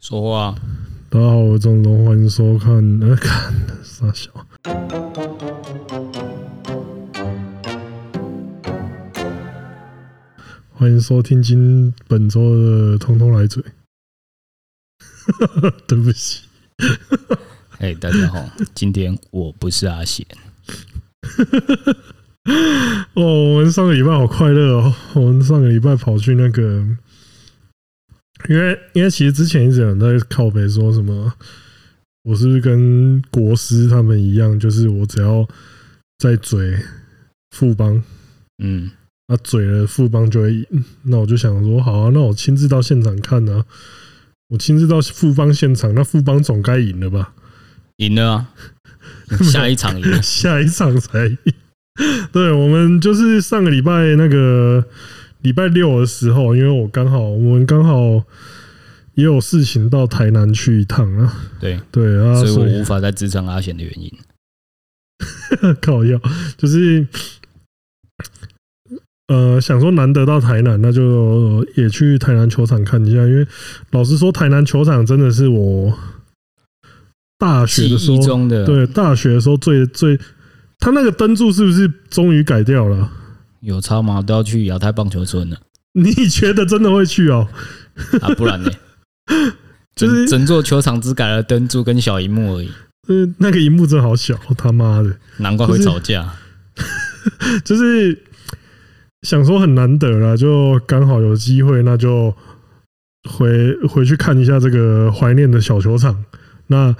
说话，大家好，我是张龙，欢迎收看。 呃，看傻小，欢迎收听今本周的《通通来嘴》 对不起，哎、大家 好，今天我不是阿贤，哦，我们上个礼拜好快乐哦！我们上个礼拜跑去那个，因为因为其实之前一直有人在靠北说什么，我是不是跟国师他们一样，就是我只要在嘴富邦，嗯，啊嘴了富邦就会赢。那我就想说，好啊，那我亲自到现场看啊，我亲自到富邦现场，那富邦总该赢了吧？赢了啊，下一场赢， 下一场才赢。 对，我们就是上个礼拜那个礼拜六的时候，因为我刚好我们刚好也有事情到台南去一趟啊。对，对啊，所以所以我无法再支撑阿贤的原因， 靠药就是呃，想说难得到台南，那就也去台南球场看一下。因为老实说，台南球场真的是我大学记的时候忆中的对，大学的时候最最，他那个灯柱是不是终于改掉了？啊有差吗？都要去亚太棒球村了 你觉得真的会去哦？啊，不然呢？ 就整是整座球场只改了灯柱跟小荧幕而已，嗯，那个荧幕真好小，哦他妈的，难怪会吵架。就是想说很难得啦，就刚好有机会，那就回回去看一下这个怀念的小球场。那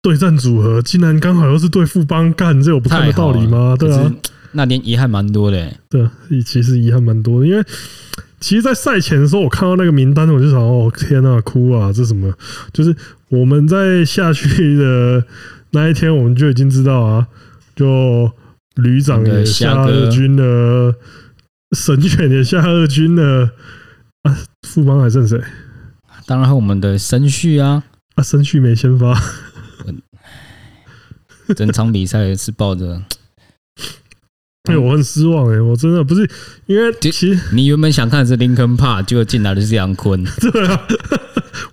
对战组合竟然刚好又是对富邦干，这有不看太的好道了理吗？对啊，可是那天遗憾蛮多的、欸，对啊，其实遗憾蛮多的，因为其实，在赛前的时候，我看到那个名单，我就想，哦，天啊，哭啊，这什么？就是我们在下去的那一天，我们就已经知道啊，就旅长那也个下夏哥二军了，神犬也下二军了，啊，富邦还剩谁？当然我们的声序啊，啊，申旭没先发，整场比赛是抱着哎，我很失望哎、我真的不是因为其其实你原本想看的是林肯帕，结果进来的是杨 坤 C 对啊，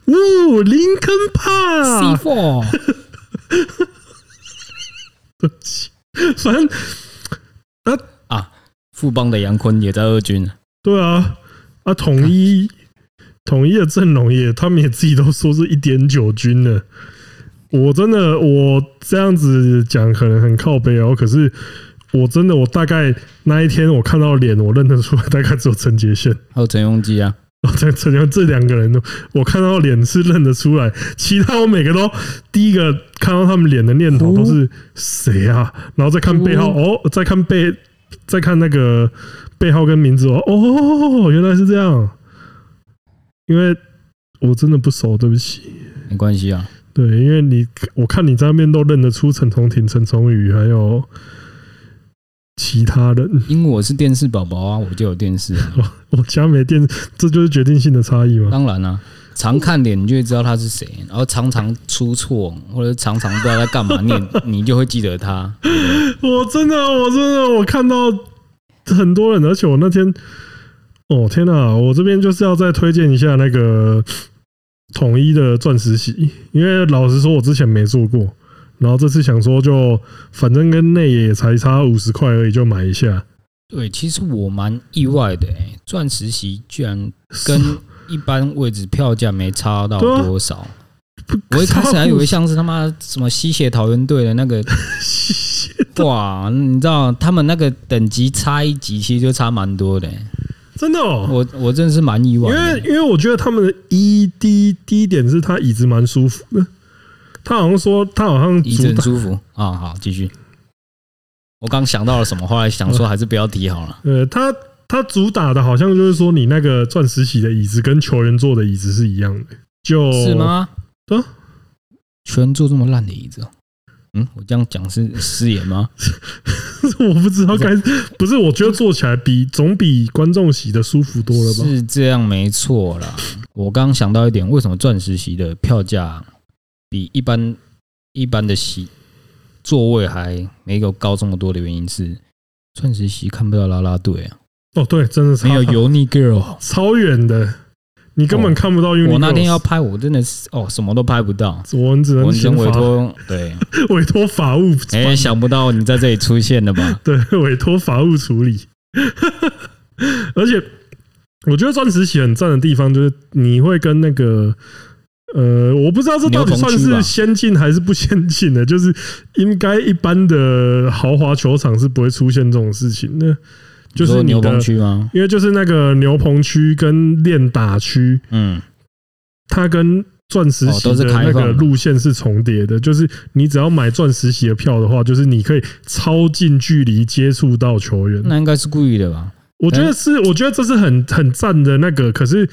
呜，林肯 帕 four。反正富邦的杨坤也在二军，对啊，啊，统一统一的阵容也，他们也自己都说是一点九军了。我真的，我这样子讲可能很靠背哦，可是我真的，我大概那一天我看到脸，我认得出来，大概只有陈杰宪，还有陈庸基啊， 哦，这陈杰这两个人，我看到脸是认得出来，其他我每个都第一个看到他们脸的念头都是谁啊，然后再看背号，哦，再看背，再看那个背号跟名字哦，哦，原来是这样，因为我真的不熟，对不起，没关系啊。对，因为你我看你在那边都认得出陈崇廷、陈崇宇还有其他人， 因为我是电视宝宝啊，我就有电视、啊。我家没电，这就是决定性的差异嘛。当然啊，常看脸你就会知道他是谁，然后常常出错，或者常常不知道在干嘛，你也你就会记得他。我真的，我真的，我看到很多人，而且我那天，哦天哪、我这边就是要再推荐一下那个 统一的钻石洗，因为老实说，我之前没做过，然后这次想说就反正跟内野也才差五十块而已，就买一下。对，其实我蛮意外的、欸，钻石席居然 跟一般位置票价没差到多少。我一开始还以为像是他妈什么吸血桃园队的那个哇，你知道他们那个等级差一级，其实就差蛮多的欸、 真的哦，我我真的是蛮意因外为的，因为我觉得他们的一第第一点是他椅子蛮舒服的，他好像说他好像椅子主很打舒服啊。好，继续。我刚想到了什么，后来想说还是不要提好了。？呃，他他主打的好像就是说，你那个钻石洗的椅子跟球员坐的椅子是一样的，就是吗？哦对啊，全坐这么烂的椅子哦。嗯，我这样讲是失言吗？ 我不知道该不是，我觉得坐起来比总比观众席的舒服多了吧？是这样，没错啦。我刚刚想到一点，为什么钻石席的票价比一般一般的席座位还没有高这么多的原因是，钻石席看不到啦啦队啊，哦，对，真的是没有油腻 girl。超远的。你根本看不到 Uniqlo。哦我那天要拍，我真的是哦，什么都拍不到。我们只我能先请委法托， 对，委托法务，哎、想不到你在这里出现了吧？对，委托法务处理。而且，我觉得钻石洗很赞的地方就是你会跟那个。呃，我不知道这到底牛算棚区是吧先进还是不先进的，就是应该一般的豪华球场是不会出现这种事情的， 你就是说你牛的棚，区吗？因为就是那个牛棚区跟练打区，嗯，它跟钻石哦席都是的开那放个的路线是重叠的，就是你只要买钻石席的票的话，就是你可以超近距离接触到球员。那应该是故意的吧？我觉得是，我觉得这是很很赞的那个，可是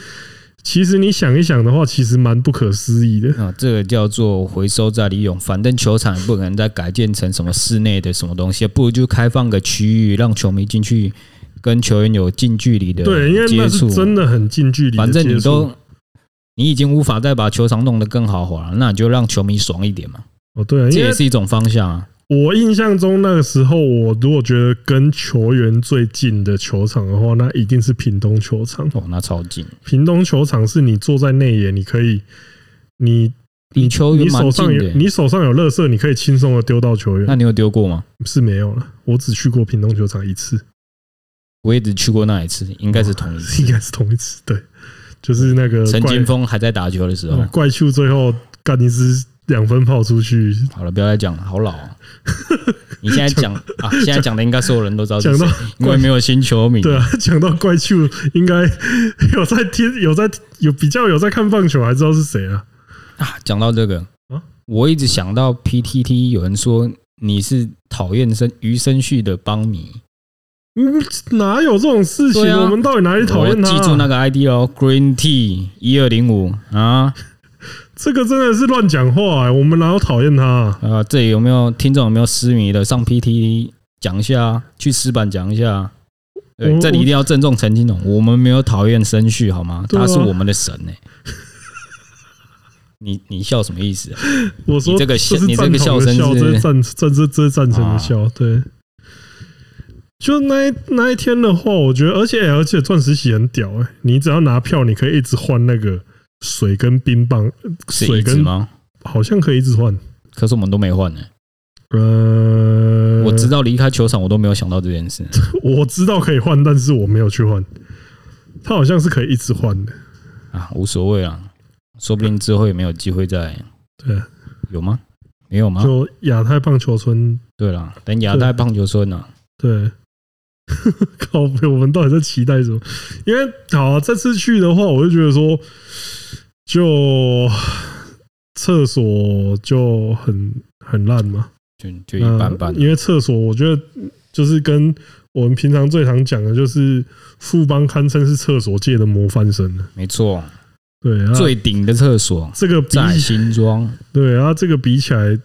其实你想一想的话，其实蛮不可思议的。啊，这个叫做回收再利用。反正球场也不可能再改建成什么室内的什么东西，不如就开放个区域，让球迷进去跟球员有近距离的对，因为那接是触。啊真的很近距离的反接触。正你都你已经无法再把球场弄得更豪华了，那你就让球迷爽一点嘛，哦，对啊，这因也为是一种方向啊。我印象中那个时候，我如果觉得跟球员最近的球场的话，那一定是屏东球场。哦，那超近，屏东球场是你坐在内野，你可以，你离球你员蛮手上近有的、哎你手上有垃圾，你可以轻松的丢到球员。那你有丢过吗？是没有了，我只去过屏东球场一次，我也只去过那一次，应该是同一次。 应该是同一次。对，就是那个陈怪金峰还在打球的时候哦。怪兽最后干一支两分炮出去，好了，不要再讲了，好老、 啊。你现在讲啊，现在讲的应该所有人都知道是讲到谁，因为没有新球迷。对啊， 讲到怪兽，应该 有在听，有在有比较有在看棒球，还知道是谁啊？啊，讲到这个啊，我一直想到 PTT 有人说你是讨厌生于生旭的帮迷，嗯，哪有这种事情？对啊我们到底哪里讨我厌他啊、记住那个 ID 哦，Green Tea 一二零五啊，这个真的是乱讲话、欸，我们哪有讨厌他啊、呃，这里有没有听众有没有失迷的？上 PTT 讲一下，去石板讲一下。对，我这里一定要郑重澄清哦，我们没有讨厌生旭好吗？对啊他是我们的神呢、你你笑什么意思啊、我说你这个笑是你这个赞同的笑声笑，是这是赞这这这是赞成啊的笑，对。就那一那一天的话，我觉得，而且而且钻石洗很屌哎、你只要拿票，你可以一直换那个水跟冰棒，是水一直跟吗？好像可以一直换。可是我们都没换呢、呃，我直到离开球场，我都没有想到这件事。我知道可以换，但是我没有去换。它好像是可以一直换的，啊，无所谓啊，说不定之后也没有机会再对，啊有吗？没有吗？就亚太棒球村，对了，等亚太棒球村啊呢、对。 靠北，我们到底在期待什么？因为好、啊，这次去的话，我就觉得说，就厕所就很很烂嘛，就就一般般啊那。因为厕所，我觉得就是跟我们平常最常讲的，就是富邦堪称是厕所界的模范生了。没错，对啊，最顶的厕所这个比在起新庄，对啊，这个比起来，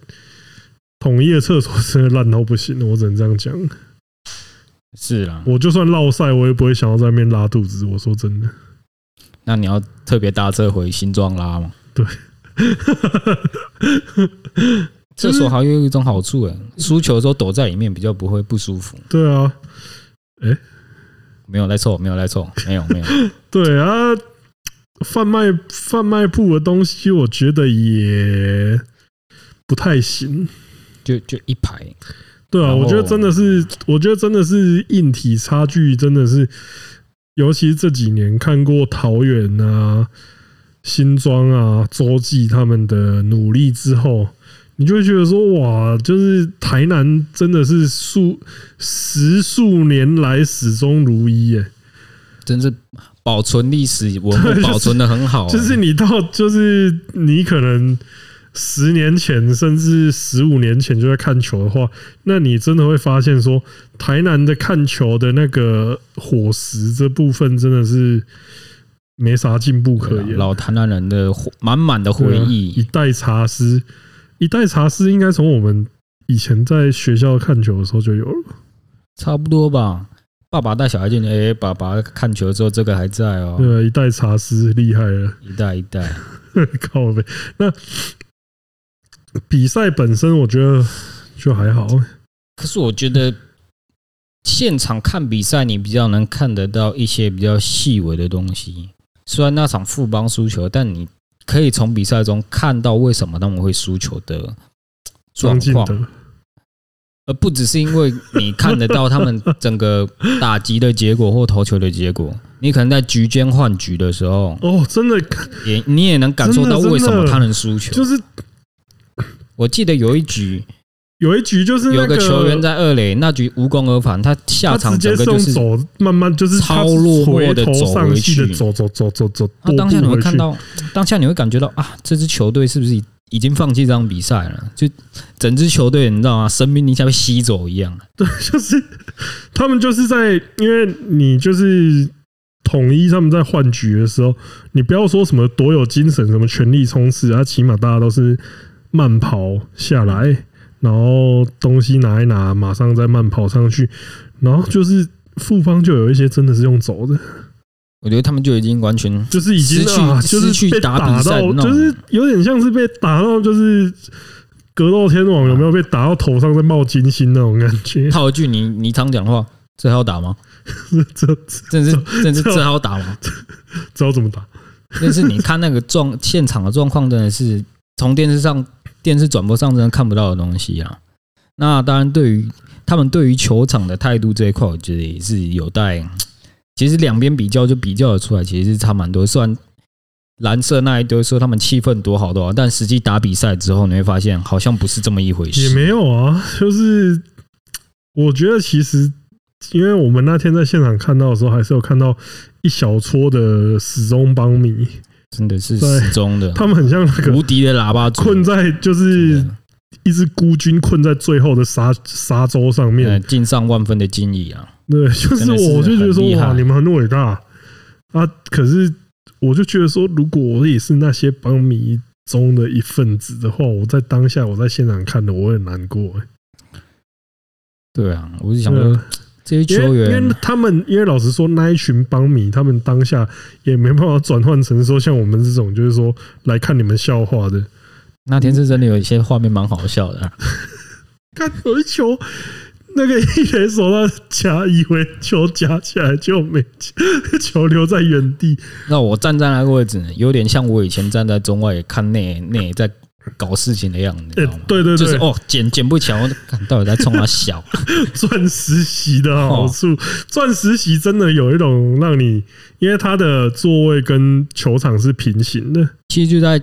统一的厕所真的烂到不行了，我只能这样讲。是啦。我就算落赛，我也不会想要在那边拉肚子。我说真的，那你要特别搭车回新庄拉吗？ 厕所还有一种好处诶、欸输球的时候躲在里面比较不会不舒服。对啊，没有来凑，没有来凑，没有没有。 对啊，贩卖贩卖部的东西，我觉得也不太行。就就一排，对啊，然后我觉得真的是，我觉得真的是硬体差距，真的是，尤其是这几年看过桃园啊、新庄啊、洲际他们的努力之后，你就会觉得说，哇，就是台南真的是数十数年来始终如一耶、真是保存历史文对物就是保存的很好、啊 就是你到，就是你可哦能十年前甚至十五年前就在看球的话，那你真的会发现说，台南的看球的那个伙食这部分真的是没啥进步可对啊言。老台南人的回满满的回对啊一忆，代茶师，一代茶师应该从我们以前在学校看球的时候就有了。差不多吧。爸爸带小孩进去，哎、爸爸看球之后，这个还在哦，对啊，一代茶师厉害了。 一代一代。靠呗。那比赛本身，我觉得就还好。可是我觉得现场看比赛，你比较能看得到一些比较细微的东西，虽然那场富邦输球，但你可以从比赛中看到为什么他们会输球 的状庄敬况，德，而不只是因为你看得到他们整个打击的结果或投球的结果。你可能在局间换局的时候，哦，真的也你也能感受到真的真的为什么他能输球就。是我记得有一局有一局就是有那个球员在二垒那局无功而返，他下他场直整接个就送是走，慢慢就是他超落回寞地头走上回去的去走走走走走，那踱当下步你会回看去，到，当下你会感觉到啊，这支球队是不是已经放弃这场比赛了？就整支球队，你知道吗？生命力像被吸走一样。对， 就是他们就是在，因为你就是统一他们在换局的时候，你不要说什么多有精神，什么全力冲刺啊，起码大家都是慢跑下来，然后东西拿一拿，马上再慢跑上去，然后就是复方就有一些真的是用走的，我觉得他们就已经完全就是已经失去啊，失就是去被打打比赛的到，那种就是有点像是被打到，就是格斗天啊王有没有被打到头上在冒金星那种感觉？套一句你你常讲的话，这还要打吗？ 这这真的是真的是这还要打吗？知道怎么打？ 但是你看那个状现场的状况，真的是从电视上、电视转播上真的看不到的东西啊。那当然，对于他们对于球场的态度这一块，我觉得也是有待。其实两边比较就比较得出来，其实是差蛮多。虽然蓝色那一堆说他们气氛多好多好，但实际打比赛之后，你会发现好像不是这么一回也事。没有啊，就是我觉得其实，因为我们那天在现场看到的时候，还是有看到一小撮的始终帮迷，真的是对始终的 他们很像那个嗯无敌的喇叭组，困在就是一只孤军困在最后的沙沙洲上面，呃进上万分的敬意啊。对，就是真的是我就觉得很说厉害哇，你们很伟大啊！可是我就觉得说，如果我也是那些帮迷中的一份子的话，我在当下我在现场看的，我会很难过、欸。对啊，我是想对说啊这些因球为员，因为他们，因为老实说，那一群帮迷，他们当下也没办法转换成说像我们这种，就是说来看你们笑话的。那天是真的有一些画面蛮好笑的啊、 看有一球，那个一垒手他夹，以为球夹起来就没球留在原地，那我站在那个位置，有点像我以前站在中外看内内在搞事情的样子，你知哎、道吗？对对对，就是哦，捡捡不起来，我看到底在冲他笑。 钻石席的好哦处，钻石席真的有一种让你，因为它的座位跟球场是平行的，其实就在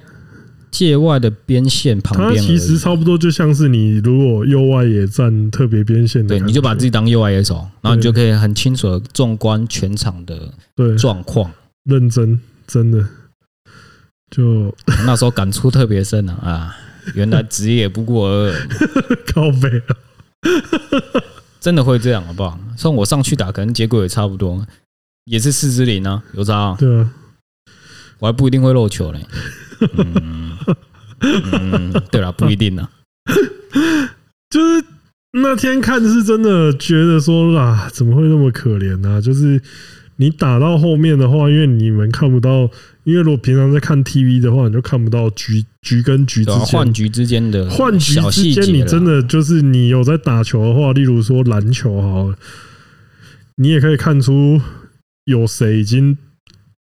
界外的边线旁它边而已，其实差不多就像是你如果右外野站特别边线的对，感觉，你就把自己当右外野手，然后你对就可以很清楚的纵观全场的对状况。认真真的就 那时候感触特别深啊啊！原来职业不过尔 尔，靠背啊了，真的会这样好不好？像我上去打，可能结果也差不多，也是四支零啊，有差、啊。对啊，我还不一定会漏球嘞。嗯，嗯对啦，不一定啦。就是那天看是真的觉得说啊，怎么会那么可怜呢、就是你打到后面的话，因为你们看不到，因为如果平常在看 TV 的话，你就看不到局局跟局之对啊，间换局之间的换局小之细节间，你啦真的就是你有在打球的话，例如说篮球好了，你也可以看出有谁已经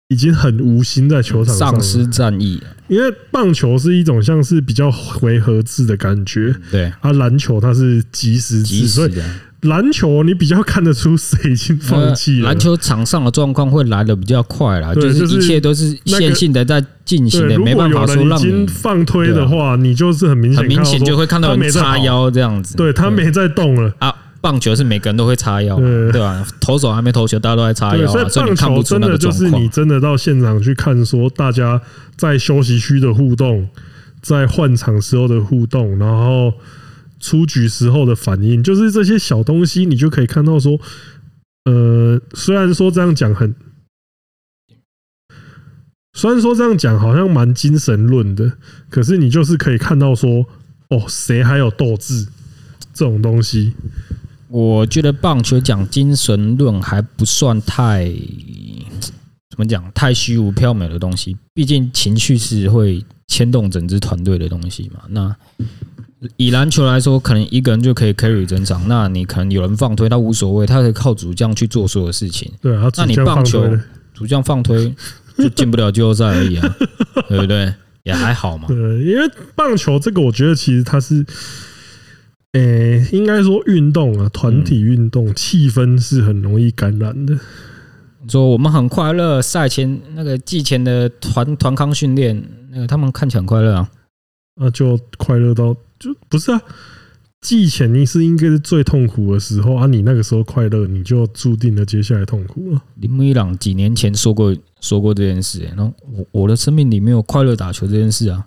已经很无心在球场上丧了，失战意，啊因为棒球是一种像是比较回合制的感觉。对，啊，篮球它是即时及制，所时以的。篮球你比较看得出谁已经放弃呃了。篮球场上的状况会来的比较快啦，对就是就是一切都是线性的在进行对，的，如没果办法有说人已让你啊经放推的话，你就是很明显很看明到显就说，会看到他没人在叉跑腰这样子。对他没在动了。啊，棒球是每个人都会叉腰啊，对对吧？投手还没投球，大家都在叉对，腰所以啊，所以棒你看球不出真那的个就状是你况。真的到现场去看，说大家在休息区的互动，在换场时候的互动，然后出局时候的反应，就是这些小东西，你就可以看到说，呃，虽然说这样讲很，虽然说这样讲好像蛮精神论的，可是你就是可以看到说，哦，谁还有斗志这种东西，我觉得棒球讲精神论还不算太怎么讲，太虚无缥缈的东西。毕竟情绪是会牵动整支团队的东西嘛。那以篮球来说，可能一个人就可以 carry 整场。那你可能有人放推，他无所谓，他可以靠主将去做所有事情。对啊，那你主将棒放球推了主将放推，就进不了季后赛而已啊，对不对？也还好嘛对，，因为棒球这个，我觉得其实它是，诶、应该说运动啊，团体运动气氛是很容易感染的。说我们很快乐，赛前那个季前的团团康训练，那个他们看起来很快乐啊，那就快乐到就不是啊。季前你是应该是最痛苦的时候啊，你那个时候快乐，你就注定了接下来痛苦了。铃木一朗几年前说过说过这件事、欸，然后我我的生命里没有快乐打球这件事啊，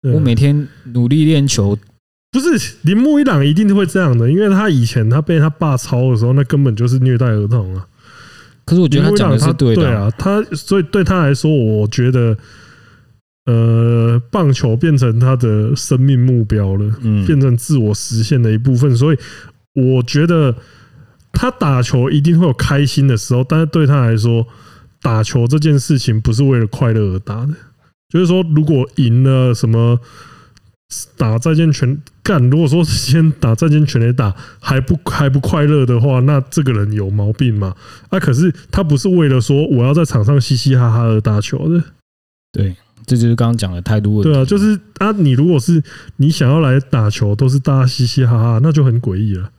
对我每天努力练球，不是铃木一朗一定会这样的，因为他以前他被他爸操的时候，那根本就是虐待儿童啊。可是我觉得他讲的铃木一朗他是对的啊、啊，他所以对他来说，我觉得呃，棒球变成他的生命目标了。嗯，变成自我实现的一部分。所以我觉得他打球一定会有开心的时候，但是对他来说，打球这件事情不是为了快乐而打的。就是说，如果赢了什么打再见全干，如果说先打再见全垒打还不还不快乐的话，那这个人有毛病嘛？啊，可是他不是为了说我要在场上嘻嘻哈哈而打球啊的，对，这就是刚刚讲的态度问题。对啊，就是啊，你如果是你想要来打球，都是大家嘻嘻哈哈，那就很诡异了。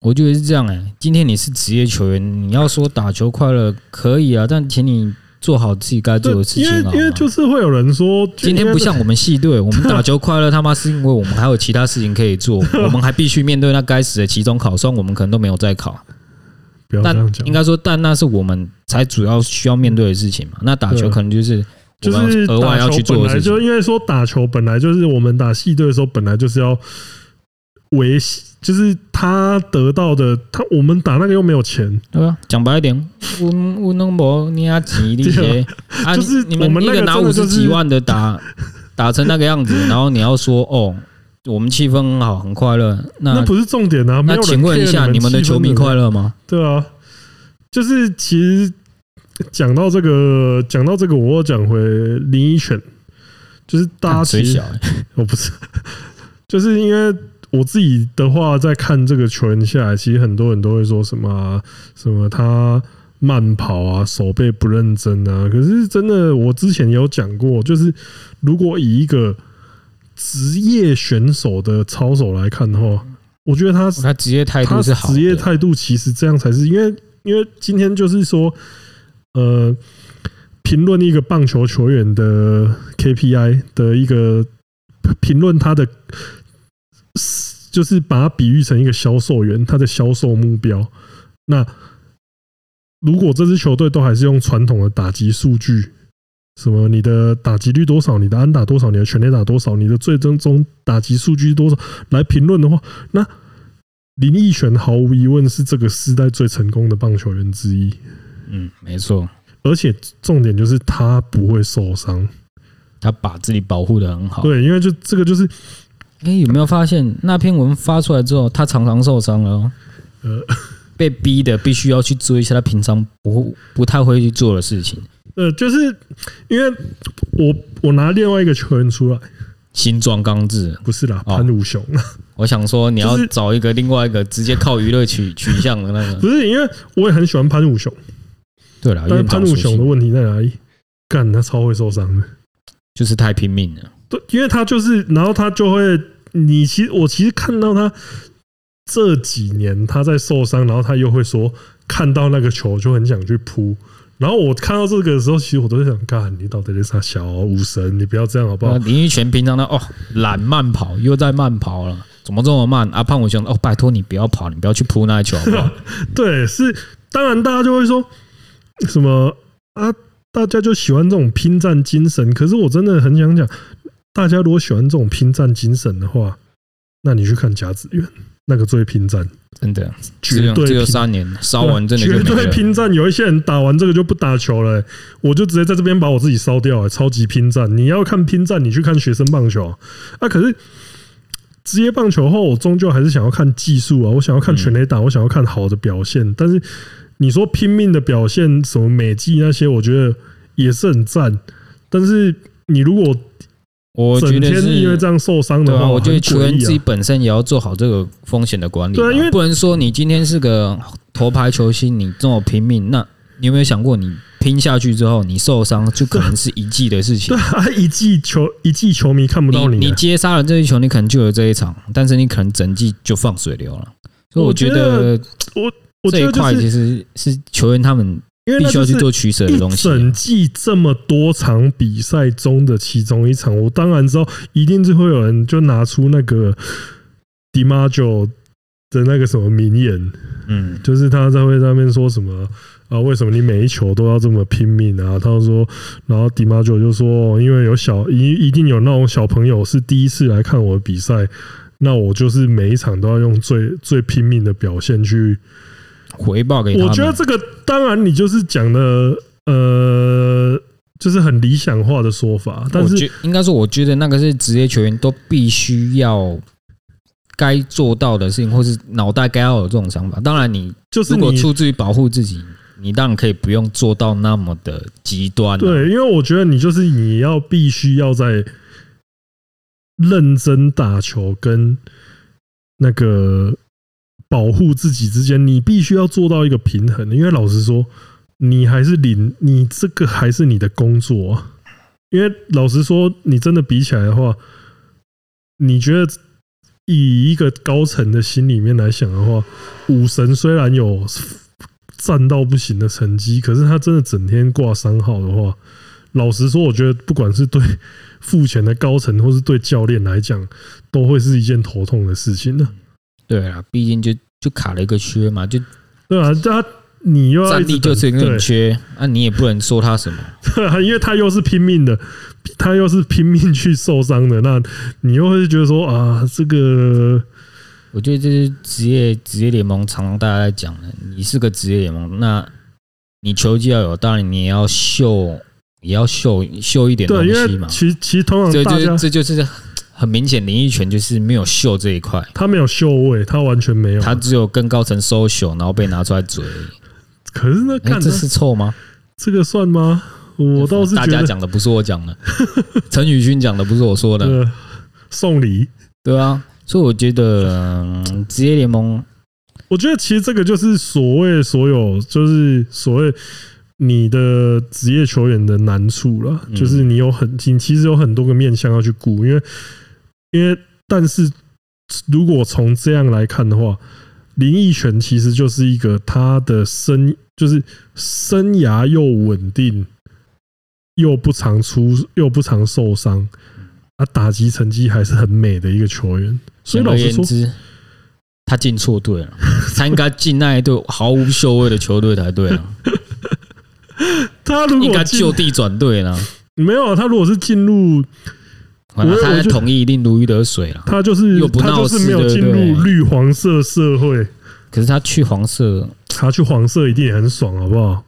我觉得是这样哎、今天你是职业球员，你要说打球快乐可以啊，但请你做好自己该对做的，事情因好吗为因为就是会有人说，今天不像我们系队，我们打球快乐他妈是因为我们还有其他事情可以 做，我们还必须面对那该死的期中考，虽然我们可能都没有在考，不要这但样讲应，该说，但那是我们才主要需要面对的事情嘛。那打球可能就是我啊就们是额外要打去球做本的来事情就，因为说打球本来就是我们打系队的时候，本来就是要维系，就是他得到的，他我们打那个又没有钱，对吧？讲白一点，我我弄不你啊几那些 啊，就是你我们们一那个拿真五的就十是几万的打打成那个样子，然后你要说哦，我们气氛很好，很快乐，那那不是重点啊。那没有人请问一 care 下，你们的气氛球迷快乐吗？对啊，就是其实讲到这个，讲到这个，我又讲回林依犬，就是大家干水其实小 欸，哦，不是，就是因为我自己的话，在看这个球员下来，其实很多人都会说什么啊、什么他慢跑啊，手背不认真啊。可是真的，我之前有讲过，就是如果以一个职业选手的操守来看的话，我觉得他他职业态他度是好的，职业态度其实这样才是，因为因为今天就是说，呃，评论一个棒球球员的 KPI 的一个评论，他的就是把它比喻成一个销售员，他的销售目标。那如果这支球队都还是用传统的打击数据，什么你的打击率多少，你的安打多少，你的全垒打多少，你的最终中打击数据多少来评论的话，那林奕璇毫无疑问是这个时代最成功的棒球员之一，嗯，没错，而且重点就是他不会受伤。他把自己保护的很好。对，因为就这个就是哎、有没有发现那篇文发出来之后，他常常受伤了、哦，呃被逼的必须要去做一些他平常不不太会去做的事情，呃，就是因为我我拿另外一个球员出来，新装刚制。不是啦，哦潘武雄。 我想说，你要就是找一个另外一个直接靠娱乐 取取向的那个。不是因为我也很喜欢潘武雄，啊对了，有但是点潘早武熟雄悉的，问题在哪里？干，他超会受伤的。就是太拼命了。对，因为他就是，然后他就会，你其实我其实看到他这几年他在受伤，然后他又会说看到那个球就很想去扑。然后我看到这个的时候，其实我都在想，干你到底在啥小啊武神？你不要这样好不好那？林育全平常呢，哦，懒慢跑，又在慢跑了，怎么这么慢？啊，胖虎兄，哦，拜托你不要跑，你不要去扑那一球，好不 好？对，是当然，大家就会说什么啊？大家就喜欢这种拼战精神。可是我真的很想讲，大家如果喜欢这种拼战精神的话，那你去看甲子园，那个最拼战，真的，只绝有对只拼有三年，烧完真的就绝没对了。拼战。有一些人打完这个就不打球了、欸我就直接在这边把我自己烧掉、欸，超级拼战。你要看拼战，你去看学生棒球啊。可是职业棒球后，我终究还是想要看技术啊，我想要嗯看全垒打，我想要看好的表现。但是你说拼命的表现，什么美技那些，我觉得也是很赞。但是你如果我整觉得天是因为这样受伤对的啊，话，我觉得嗯很球诡员异自己啊。本身也要做好这个风险的管理吧。对啊因为不能说你今天是个头牌球星，你这么拼命，那你有没有想过你拼下去之后，你受伤就可能是一季的事情 对。啊，一季球一季球迷看不到你你啊，接杀了这一球，你可能就有这一场，但是你可能整季就放水流了。所以我觉得我这觉一得就块是其实是球员他们因为必那须就要是去做取舍的东一西、啊整季这么多场比赛中的其中一场，我当然知道，一定是会有人就拿出那个 DiMaggio 的那个什么名言，嗯，就是他在会上面说什么啊？为什么你每一球都要这么拼命啊？他就说，然后迪马九就说，哦因为有小一一定有那种小朋友是第一次来看我的比赛，那我就是每一场都要用最最拼命的表现去。回报给他们。我觉得这个当然你就是讲的呃，就是很理想化的说法，但我是觉应该说，我觉得那个是职业球员都必须要该做到的事情，或是脑袋该要有这种想法。当然，你就是如果你出自于保护自己，你当然可以不用做到那么的极端、啊。对，因为我觉得你就是你要必须要在认真打球跟那个保护自己之间，你必须要做到一个平衡。因为老实说，你还是领你这个还是你的工作啊。因为老实说，你真的比起来的话，你觉得以一个高层的心里面来想的话，武神虽然有战到不行的成绩，可是他真的整天挂三号的话，老实说，我觉得不管是对付钱的高层，或是对教练来讲，都会是一件头痛的事情呢。对啊，毕竟就就卡了一个缺嘛，就对啊，他你又要战一直力就是一等对个缺，那、你也不能说他什么。对啊，因为他又是拼命的，他又是拼命去受伤的，那你又会觉得说啊，这个我觉得这是职业职业联盟常常大家在讲的，你是个职业联盟，那你球技要有，当然你也要秀，也要秀秀一点东对，因西为嘛。其其实通常这嗯大就家是这就是很明显，林奕泉就是没有秀这一块，他没有秀位，他完全没有，他只有跟高层收秀，然后被拿出来嘴。可是那哎、 看这是臭吗？这个算吗？我倒是大觉家得讲的不是我讲 的，陈宇勋讲的不是我说的，呃送礼。对啊。所以我觉得嗯职、业联盟我觉得其实这个就是所谓所有，就是所谓你的职业球员的难处了，嗯就是你有很你其实有很多个面向要去顾，因为因为但是如果从这样来看的话，林奕泉其实就是一个他的生就是生涯又稳定，又不常出又不常受伤，啊，打击成绩还是很美的一个球员。所以简老而实言说，之，他进错队了，他应该进那一队毫无秀位的球队才对啊，他 如应果该进就地转队了。没有，他如果是进入，啊我他我在就统一一定如鱼得水了，他就是又不他闹就事是没有进对入不对绿黄色社会，可是他去黄色，他去黄色一定也很爽，好不好？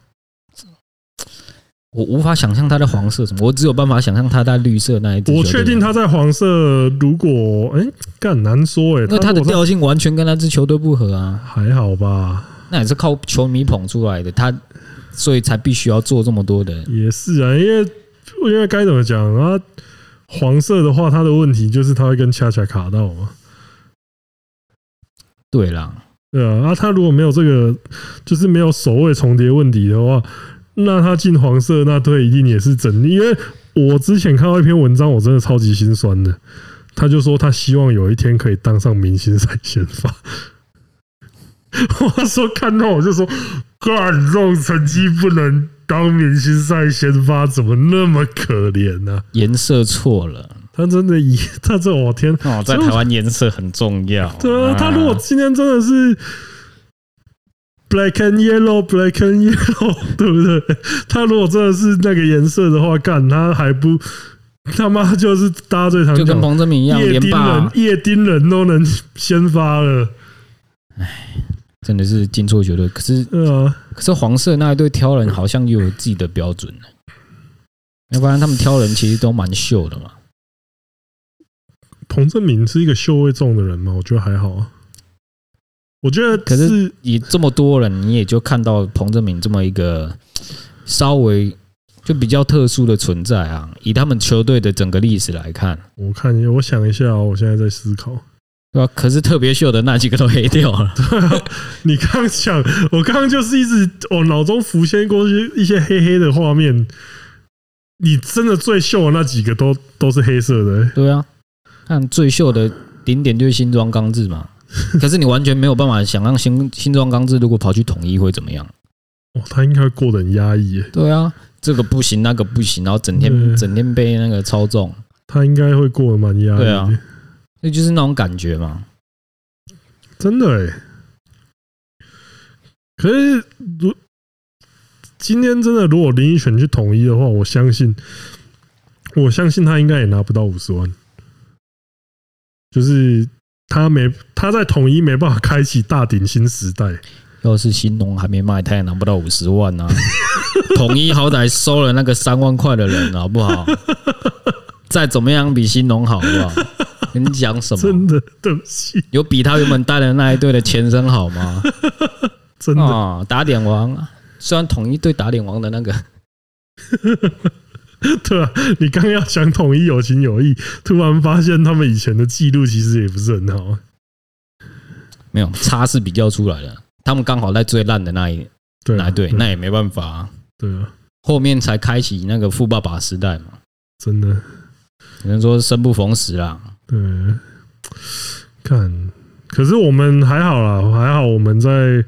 我无法想象他在黄色什么，我只有办法想象他在绿色那一支。啊我确定，他在黄色，如果哎，干、难说哎、因为他的如果调性完全跟那支球队不合啊，还好吧，那也是靠球迷捧出来的，他所以才必须要做这么多的。也是啊，因为因为该怎么讲啊？黄色的话，他的问题就是他会跟恰恰卡到嘛，对啦，对啊，啊，他如果没有这个，就是没有守卫重叠问题的话，那他进黄色那队一定也是整，因为我之前看到一篇文章，我真的超级心酸的。他就说他希望有一天可以当上明星赛先发。 我说看到我就说，干这种成绩不能当明星赛先发，怎么那么可怜呢、颜色错了他真的以他这我天，哦，在台湾颜色很重要。对啊，他如果今天真的是 black and yellow, black and yellow，对 不对？他如果真的是那个颜色的话，干他还不他妈就是大家最常就跟讲，彭正明一样，叶连丁人霸叶丁人都能先发了，真的是进错球队。可是对啊，可是黄色那一队挑人好像也有自己的标准呢，要不然他们挑人其实都蛮秀的嘛。彭正明是一个嗅味重的人嘛，我觉得还好啊。我觉得可是是也这么多人，你也就看到彭正明这么一个稍微就比较特殊的存在啊。以他们球队的整个历史来看，我看一下，我想一下哦，我现在在思考。对吧、可是特别秀的那几个都黑掉了， 你刚讲，我刚刚就是一直我脑中浮现过一些一些黑黑的画面。你真的最秀的那几个都都是黑色的、欸对啊。看最秀的顶点就是新庄刚志 嘛，可是你完全没有办法想让新新庄刚志如果跑去统一会怎么样？哦，他应该会过得很压抑、欸，对啊，这个不行，那个不行，然后整天对整天被那个操纵，他应该会过得蛮压抑对啊的，那就是那种感觉嘛。真的哎、可是如今天真的，如果林依泉去统一的话，我相信，我相信他应该也拿不到五十万，就是他没他在统一没办法开启大顶新时代。要是新农还没卖，他也拿不到五十万啊！ 统一好歹收了那个三万块的人，好不好？再怎么样比新农好，好不好？你讲什么？ 真的，对不起，有比他原本带的那一队的前身好吗？真的，啊，打点王，虽然统一对打点王的那个， 对啊，你刚要想统一有情有义，突然发现他们以前的记录其实也不是很好。没有差是比较出来的，他们刚好在最烂的那一对那啊，一队，对那也没办法、啊，对啊，后面才开启那个富爸爸时代嘛，真的，只能说生不逢时啦。对，看，可是我们还好啦，还好我们在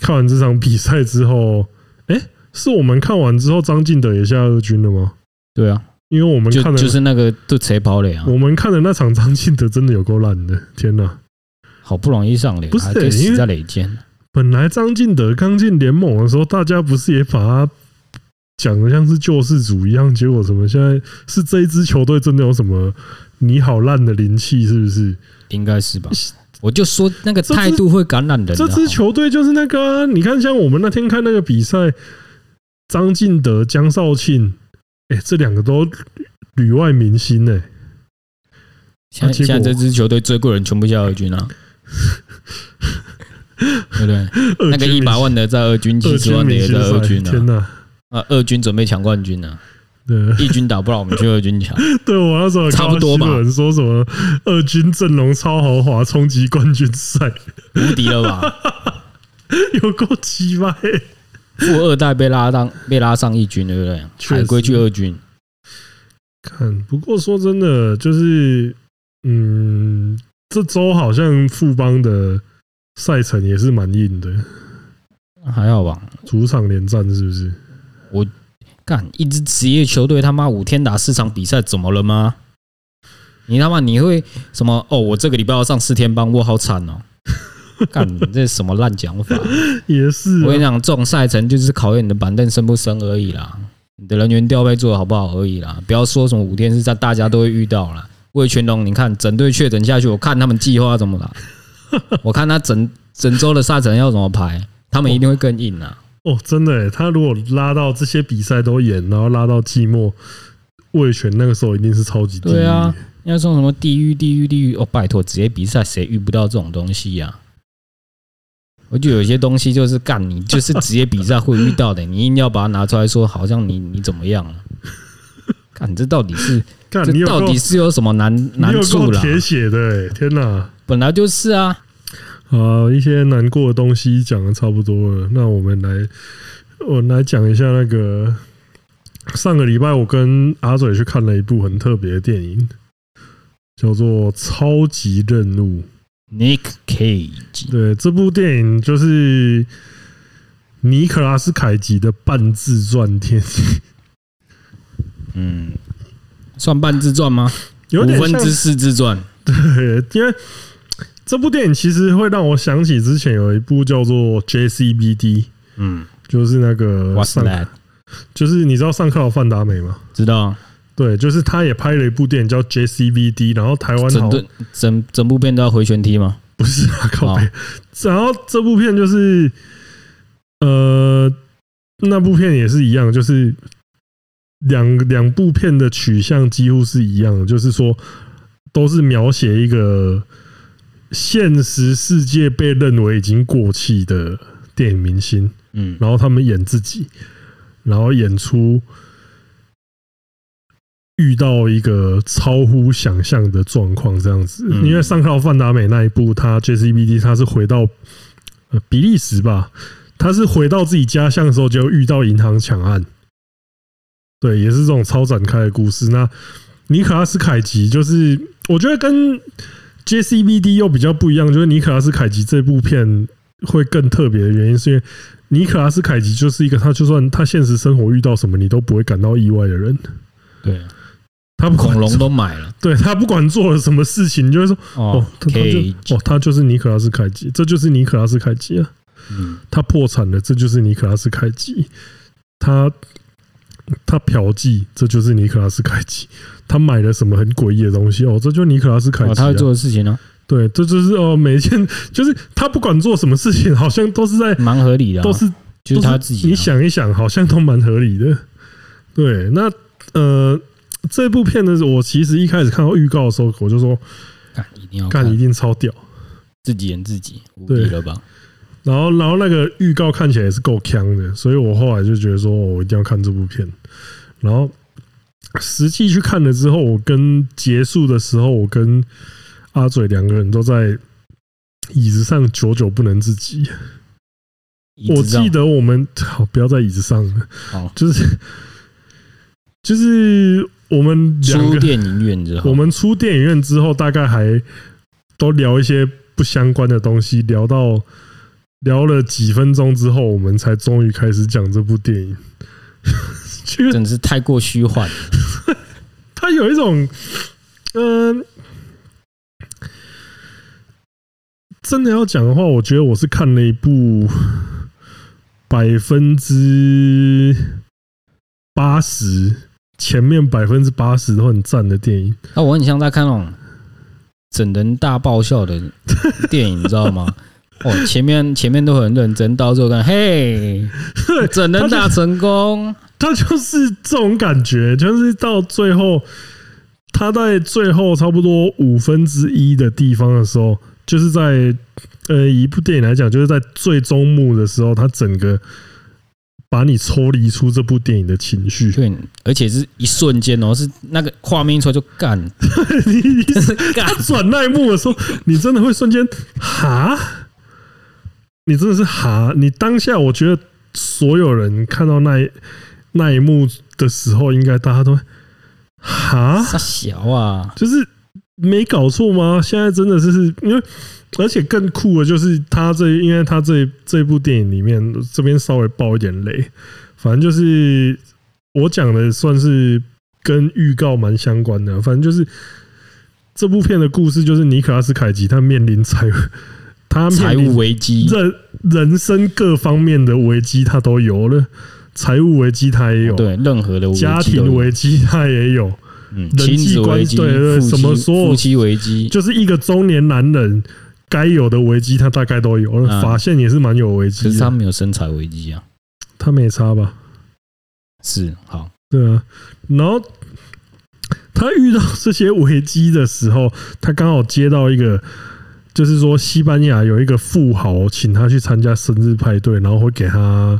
看完这场比赛之后，哎，是我们看完之后，张敬德也下二军了吗？对啊，因为我们就看的，就是那个对谁跑垒啊，我们看的那场张敬德真的有够烂的，天哪！好不容易上垒，不是还可以因死为在垒间。本来张敬德刚进联盟的时候，大家不是也把他讲的像是救世主一样，结果什么现在是这一支球队真的有什么你好烂的灵气，是不是？应该是吧？我就说那个态度会感染人的。啊这支球队就是那个啊、你看像我们那天看那个比赛，张敬德、江少庆，哎、这两个都旅外明星哎呢、现在啊结现果在这支球队追过人全部下二军 啊，对不对？二那个军一明百星万的在二军，七二十军万的明也星在二军赛天啊，哪、啊，二军准备抢冠军啊，对 一军打不了，我们去二军抢。 对，我那时候有看差不到多新吧闻说什么二军阵容超豪华，冲击冠军赛，无敌了吧？ 有够鸡巴欸、富二代被拉当被拉上一军，对不对？确实海归去二军，看，不过说真的，就是嗯，这周好像富邦的赛程也是蛮硬的，还好吧？主场连战是不是？干一支职业球队他妈五天打四场比赛，怎么了吗？你他妈你会什么？哦，我这个礼拜要上四天班，我好惨哦！干，你这什么烂讲法？也是、我跟你啊，讲，这种赛程就是考验你的板凳深不深而已啦，你的人员调配做的好不好而已啦。不要说什么五天是在大家都会遇到啦。魏全龙，你看整队确诊下去，我看他们计划怎么打，我看他整整周的赛程要怎么排，他们一定会更硬啊。哦，真的、欸，他如果拉到这些比赛都演，然后拉到季末，魏权那个时候一定是超级低。对啊，要说什么地狱地狱地狱哦，拜托，职业比赛谁遇不到这种东西呀、我觉得有些东西就是干你，就是职业比赛会遇到 的，你硬要把它拿出来说，好像你你怎么样了、啊干，这到底 是干啊你这有够到底是有什么难你难有处够啦？铁血的、欸，天哪！本来就是啊，啊，一些难过的东西讲的差不多了，那我们来，我们来讲一下那个上个礼拜我跟阿嘴去看了一部很特别的电影，叫做《超级任务》。 Nick Cage 对，这部电影就是尼可拉斯凯奇的半自传电影，嗯，算半自传吗？ 有五点分像之四自传，对，因为这部电影其实会让我想起之前有一部叫做《JCBD》，嗯就是那个，What's 上 that？就是你知道上课有范达美吗？知道对，就是他也拍了一部电影叫 JCVD，然后台湾整好顿整整部片都要回旋踢吗？不是啊，靠背。然后这部片就是，呃，那部片也是一样，就是两两部片的取向几乎是一样的，就是说都是描写一个现实世界被认为已经过气的电影明星，嗯，然后他们演自己，然后演出遇到一个超乎想象的状况，这样子。嗯因为上靠范达美那一部，他 JCBD 他是回到呃比利时吧，他是回到自己家乡的时候就遇到银行抢案，对，也是这种超展开的故事。那尼可拉斯凯奇就是我觉得跟 JCBD 又比较不一样，就是尼可拉斯凯奇这部片会更特别的原因，是因为尼可拉斯凯奇就是一个他就算他现实生活遇到什么你都不会感到意外的人。对，他不管恐龙都买了对他不管做了什么事情，你就会说哦哦，他他就哦，他就是尼可拉斯凯奇，这就是尼可拉斯凯奇啊，嗯，他破产了，这就是尼可拉斯凯奇，他他嫖妓，这就是尼可拉斯凯奇，他买了什么很诡异的东西，哦，这就是尼可拉斯凯奇、哦，啊他会做的事情呢，对，这就是哦，每一件就是他不管做什么事情，好像都是在蛮合理的啊，都是就是他自己啊你想一想，好像都蛮合理的。对，那呃，这部片呢，我其实一开始看到预告的时候，我就说，干一定要干一看定超屌。自己演自己，无敌对了吧？然后，然后那个预告看起来也是够强的，所以我后来就觉得说，哦我一定要看这部片。然后实际去看了之后，我跟结束的时候，我跟阿嘴两个人都在椅子上久久不能自己。 椅我子上记得我们好不要在椅子上了，好就是就是我们两出个，电影院之后，我们出电影院之后，大概还都聊一些不相关的东西，聊到聊了几分钟之后，我们才终于开始讲这部电影。 就是真的是太过虚幻了，它有一种，嗯、真的要讲的话，我觉得我是看了一部百分之八十前面百分之八十都很赞的电影。那我很像在看那种整人大爆笑的电影，你知道 吗？哦，前面前面都很认真，到最后看，嘿，整人大成功，他就是这种感觉，就是到最后，他在最后差不多五分之一的地方的时候，就是在呃以一部电影来讲，就是在最终幕的时候，他整个把你抽离出这部电影的情绪。 对，而且是一瞬间哦，是那个画面一出来就 干，你你真 是干他，转那一幕的时候，你真的会瞬间哈，你真的是哈，你当下我觉得所有人看到那一那一幕的时候，应该大家都会哈。傻小啊，就是没搞错吗？现在真的是因为，而且更酷的就是他这，因为他这这部电影里面，这边稍微爆一点雷，反正就是我讲的算是跟预告蛮相关的，反正就是这部片的故事就是尼可拉斯凯奇他面临财务， 他面财临务危机，人人生各方面的危机他都有了，财务危机他也有，哦对，任何的危机都有家庭危机他也有。嗯，人际亲子危机，关对对夫妻什么所有夫妻危机，就是一个中年男人该有的危机，他大概都有了。嗯发现也是蛮有危可机是他的，没有身材危机啊，他没差吧？是好，对啊。然后他遇到这些危机的时候，他刚好接到一个，就是说西班牙有一个富豪请他去参加生日派对，然后会给他。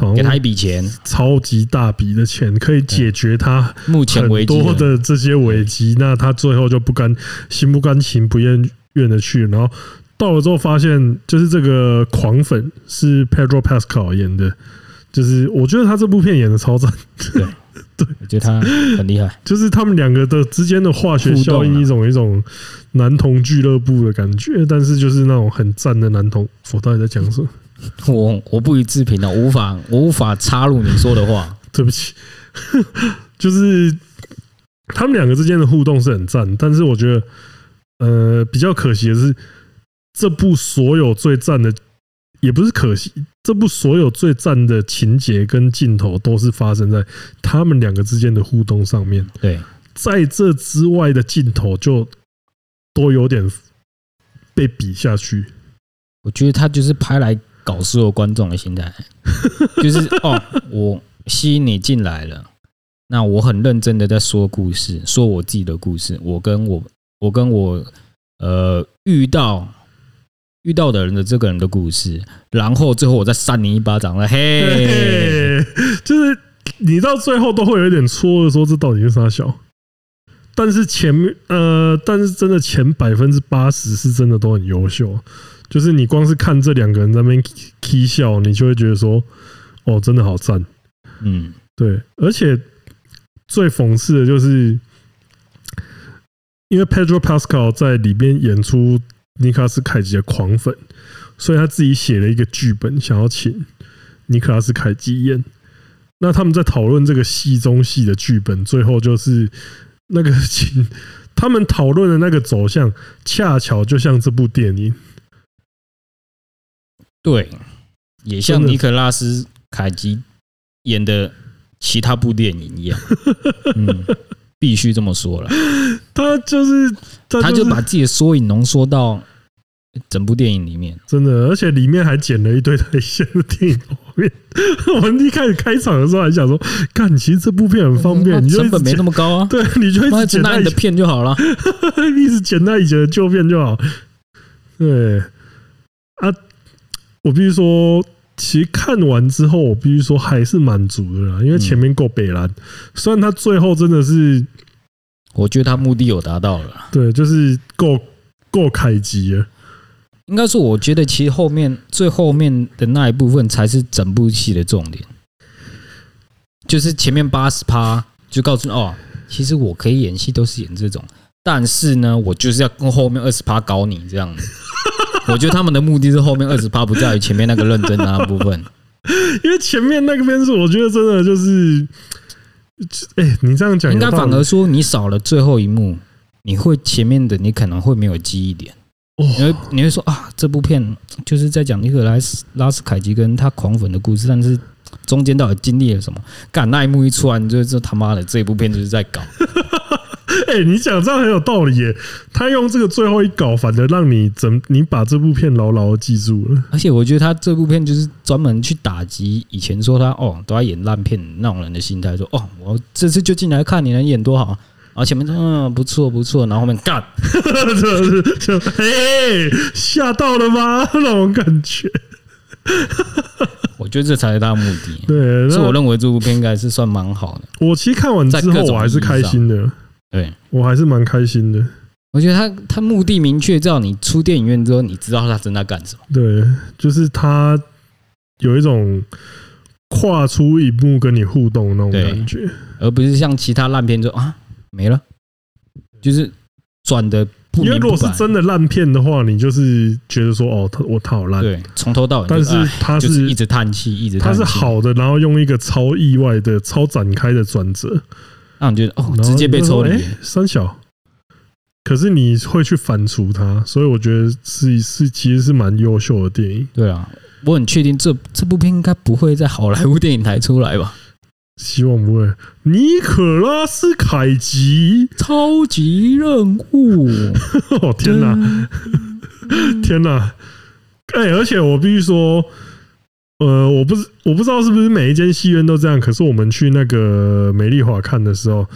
好给他像一笔钱，超级大笔的钱，可以解决他目前危很机多了的这些危机，那他最后就不甘心不甘情不愿愿的去，然后到了之后发现，就是这个狂粉是 Pedro Pascal 演的，就是我觉得他这部片演的超赞，我觉得他很厉害，就是他们两个的之间的化学效互动应，啊一种一种男童俱乐部的感觉，但是就是那种很赞的男童，我到底在讲什么？我我不予置评了，我无法我无法插入你说的话，对不起， 就是他们两个之间的互动是很赞，但是我觉得，呃，比较可惜的是，这部所有最赞的，也不是可惜，这部所有最赞的情节跟镜头都是发生在他们两个之间的互动上面，对，在这之外的镜头就都有点被比下去。我觉得他就是拍来搞所有观众的心态， 就是哦，我吸引你进来了，那我很认真的在说故事，说我自己的故事，我跟我我跟我呃遇到遇到的人的这个人 的故事，然后最后我再扇你一巴掌了，嘿，嘿就是你到最后都会有一点错愕，说这到底是啥小？但是前面呃，但是真的前百分之八十是真的都很优秀，就是你光是看这两个人在那边 k- k 笑，你就会觉得说，哦，真的好赞。嗯，对，而且最讽刺的就是，因为 Pedro Pascal 在里边演出尼克拉斯凯奇的狂粉，所以他自己写了一个剧本，想要请尼克拉斯凯奇演。那他们在讨论这个戏中戏的剧本，最后就是那个 请他们讨论的那个走向，恰巧就像这部电影，对，也像真的尼可拉斯凯奇演的其他部电影一样，嗯，必须这么说了。他就是他他就就是把自己的缩影浓缩到整部电影里面。真的，而且里面还剪了一堆台线的电影画面。我们一开始开场的时候还想说，干，其实这部片很方便，嗯你就一成直本没剪那，么高啊， 对，你就一那直只剪拿那你以的前，片就好了。一直剪那以前的旧片就好。对啊，我必须说，其实看完之后，我必须说还是满足的啦，因为前面够北蓝，嗯虽然他最后真的是我觉得他目的有达到了，对，就是够够凯吉了。应该说，我觉得其实后面最后面的那一部分才是整部戏的重点，就是前面八十趴就告诉你哦，其实我可以演戏，都是演这种，但是呢，我就是要跟后面二十趴搞你这样子。我觉得他们的目的是后面二十趴不在于前面那个认真的那部分，因为前面那个边是，我觉得真的就是，哎、你这样讲应该有道反理而说你少了最后一幕，你会前面的你可能会没有记忆点，你哦，会你会说啊，这部片就是在讲尼可莱斯拉斯凯奇跟他狂粉的故事，但是中间到底经历了什么？干那一幕一出来，你就会知道他妈的这部片就是在 搞，哎、你讲这样很有道理耶。他用这个最后一搞，反而让你整你把这部片牢牢地记住了。 而且我觉得他这部片就是专门去打击以前说他哦都在演烂片那种人的心态，说哦我这次就进来看你能演多好。然后前面说嗯不错不错，然后后面干这这哎，吓到了吗？ 那种感觉。我觉得这才是他的目的。对，所以我那认为这部片应该是算蛮好的。我其实看完之在后，各种我还是开心的，对，我还是蛮开心的。我觉得他他目的明确，知道你出电影院之后，你知道他正在干什么。对，就是他有一种跨出一步跟你互动那种对感觉。而不是像其他烂片就啊没了，就是转的不因为明如不果是白。真的烂片的话，你就是觉得说哦，他我他好烂，对，从头到尾就，但是哎他就是一直叹气，一直他叹气是，好的，然后用一个超意外的、超展开的转折，让你觉得哦然，后直接被抽离你就说。哎三小。可是你会去反刍它，所以我觉得是是其实是蛮优秀的电影。对啊，我很确定这这部片应该不会在好莱坞电影台出来吧？希望不会。尼可拉斯凯奇，超级任 务，哦天哪、嗯，天呐！哎、而且我必须说，呃，我不知我不知道是不是每一间戏院都这样，可是我们去那个美丽华看的时候，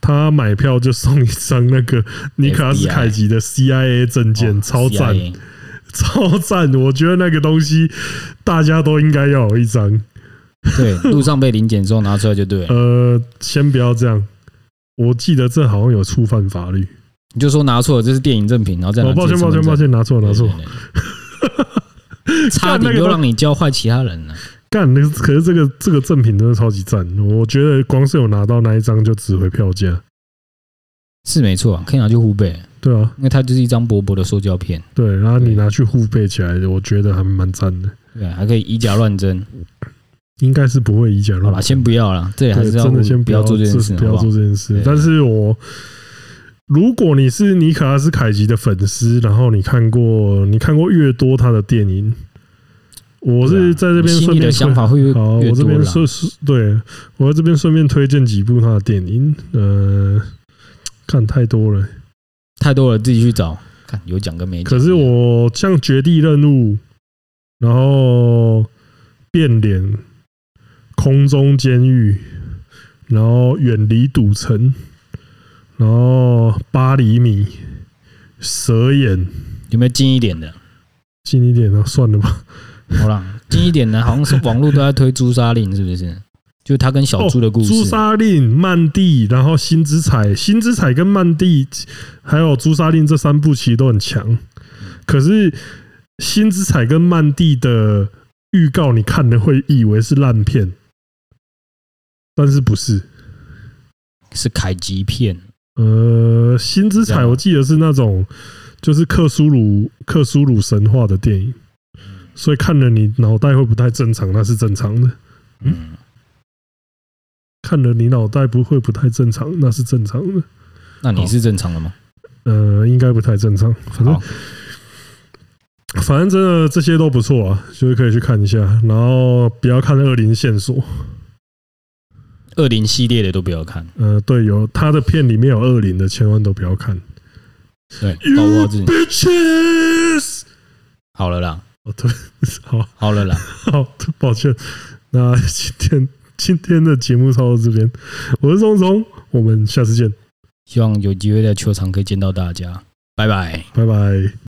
他买票就送一张那 个尼克拉斯 FBI 凯奇的 CIA 证件，哦超赞 CIA 超赞！我觉得那个东西大家都应该要有一张。对，路上被临检之后拿出来就对了，呃，先不要这样。我记得这好像有触犯法律。你就说拿错了，这是电影正品，然后再拿哦，抱自歉，己抱身歉，份抱证歉，拿错，了，拿错。了。对对 对差干那点个又都让你教坏其他人了。干，那个可是这个这个赠品真的超级赞，我觉得光是有拿到那一张就值回票价。是没错、啊，可以拿去湖北，对啊，因为它就是一张薄薄的塑胶片，对，然后你对拿去互背起来，我觉得还蛮赞的，对，啊还可以以假乱真。应该是不会以假好乱啦，真。先不要啦，这里还对，是要真的先不要做这件事，不好要不好做？这件事对。但是我，如果你是尼可拉斯凯奇的粉丝，然后你看过你看过越多他的电影，我对啊是在这边我心顺里便的想法会越好，越我这多边啦。顺顺对我在这边顺便推荐几部他的电影，呃，看太多了。太多了，自己去找看有奖跟没奖。可是我像《绝地任务》，然后《变脸》、《空中监狱》，然后《远离赌城》，然后《八厘米》、《蛇眼》，有没有近一点的？近一点啊，算了吧。好啦，近一点的，好像是网络都在推《朱砂令》，是不是？就他跟小猪的故事。哦朱砂令、曼蒂，然后新之彩、新之彩跟曼蒂，还有朱砂令这三部其实都很强。可是新之彩跟曼蒂的预告，你看了会以为是烂片，但是不是？是凯吉片，呃，新之啊彩我记得是那种就是克苏鲁克苏鲁神话的电影，所以看了你脑袋会不太正常，那是正常的。嗯，看了你脑袋不会不太正常，那是正常的。那你是正常的吗？呃，应该不太正常，反正好，反正真的这些都不错啊，就是可以去看一下，然后不要看《恶灵线索》。恶灵系列的都不要看，呃，对，有他的片里面有恶灵的，千万都不要看。对， You 包括自己。 bitches！好了啦，哦，对，好好了啦，好，抱歉。那今天今天的节目到这边，我是钟钟，我们下次见，希望有机会在球场可以见到大家，拜拜。拜拜。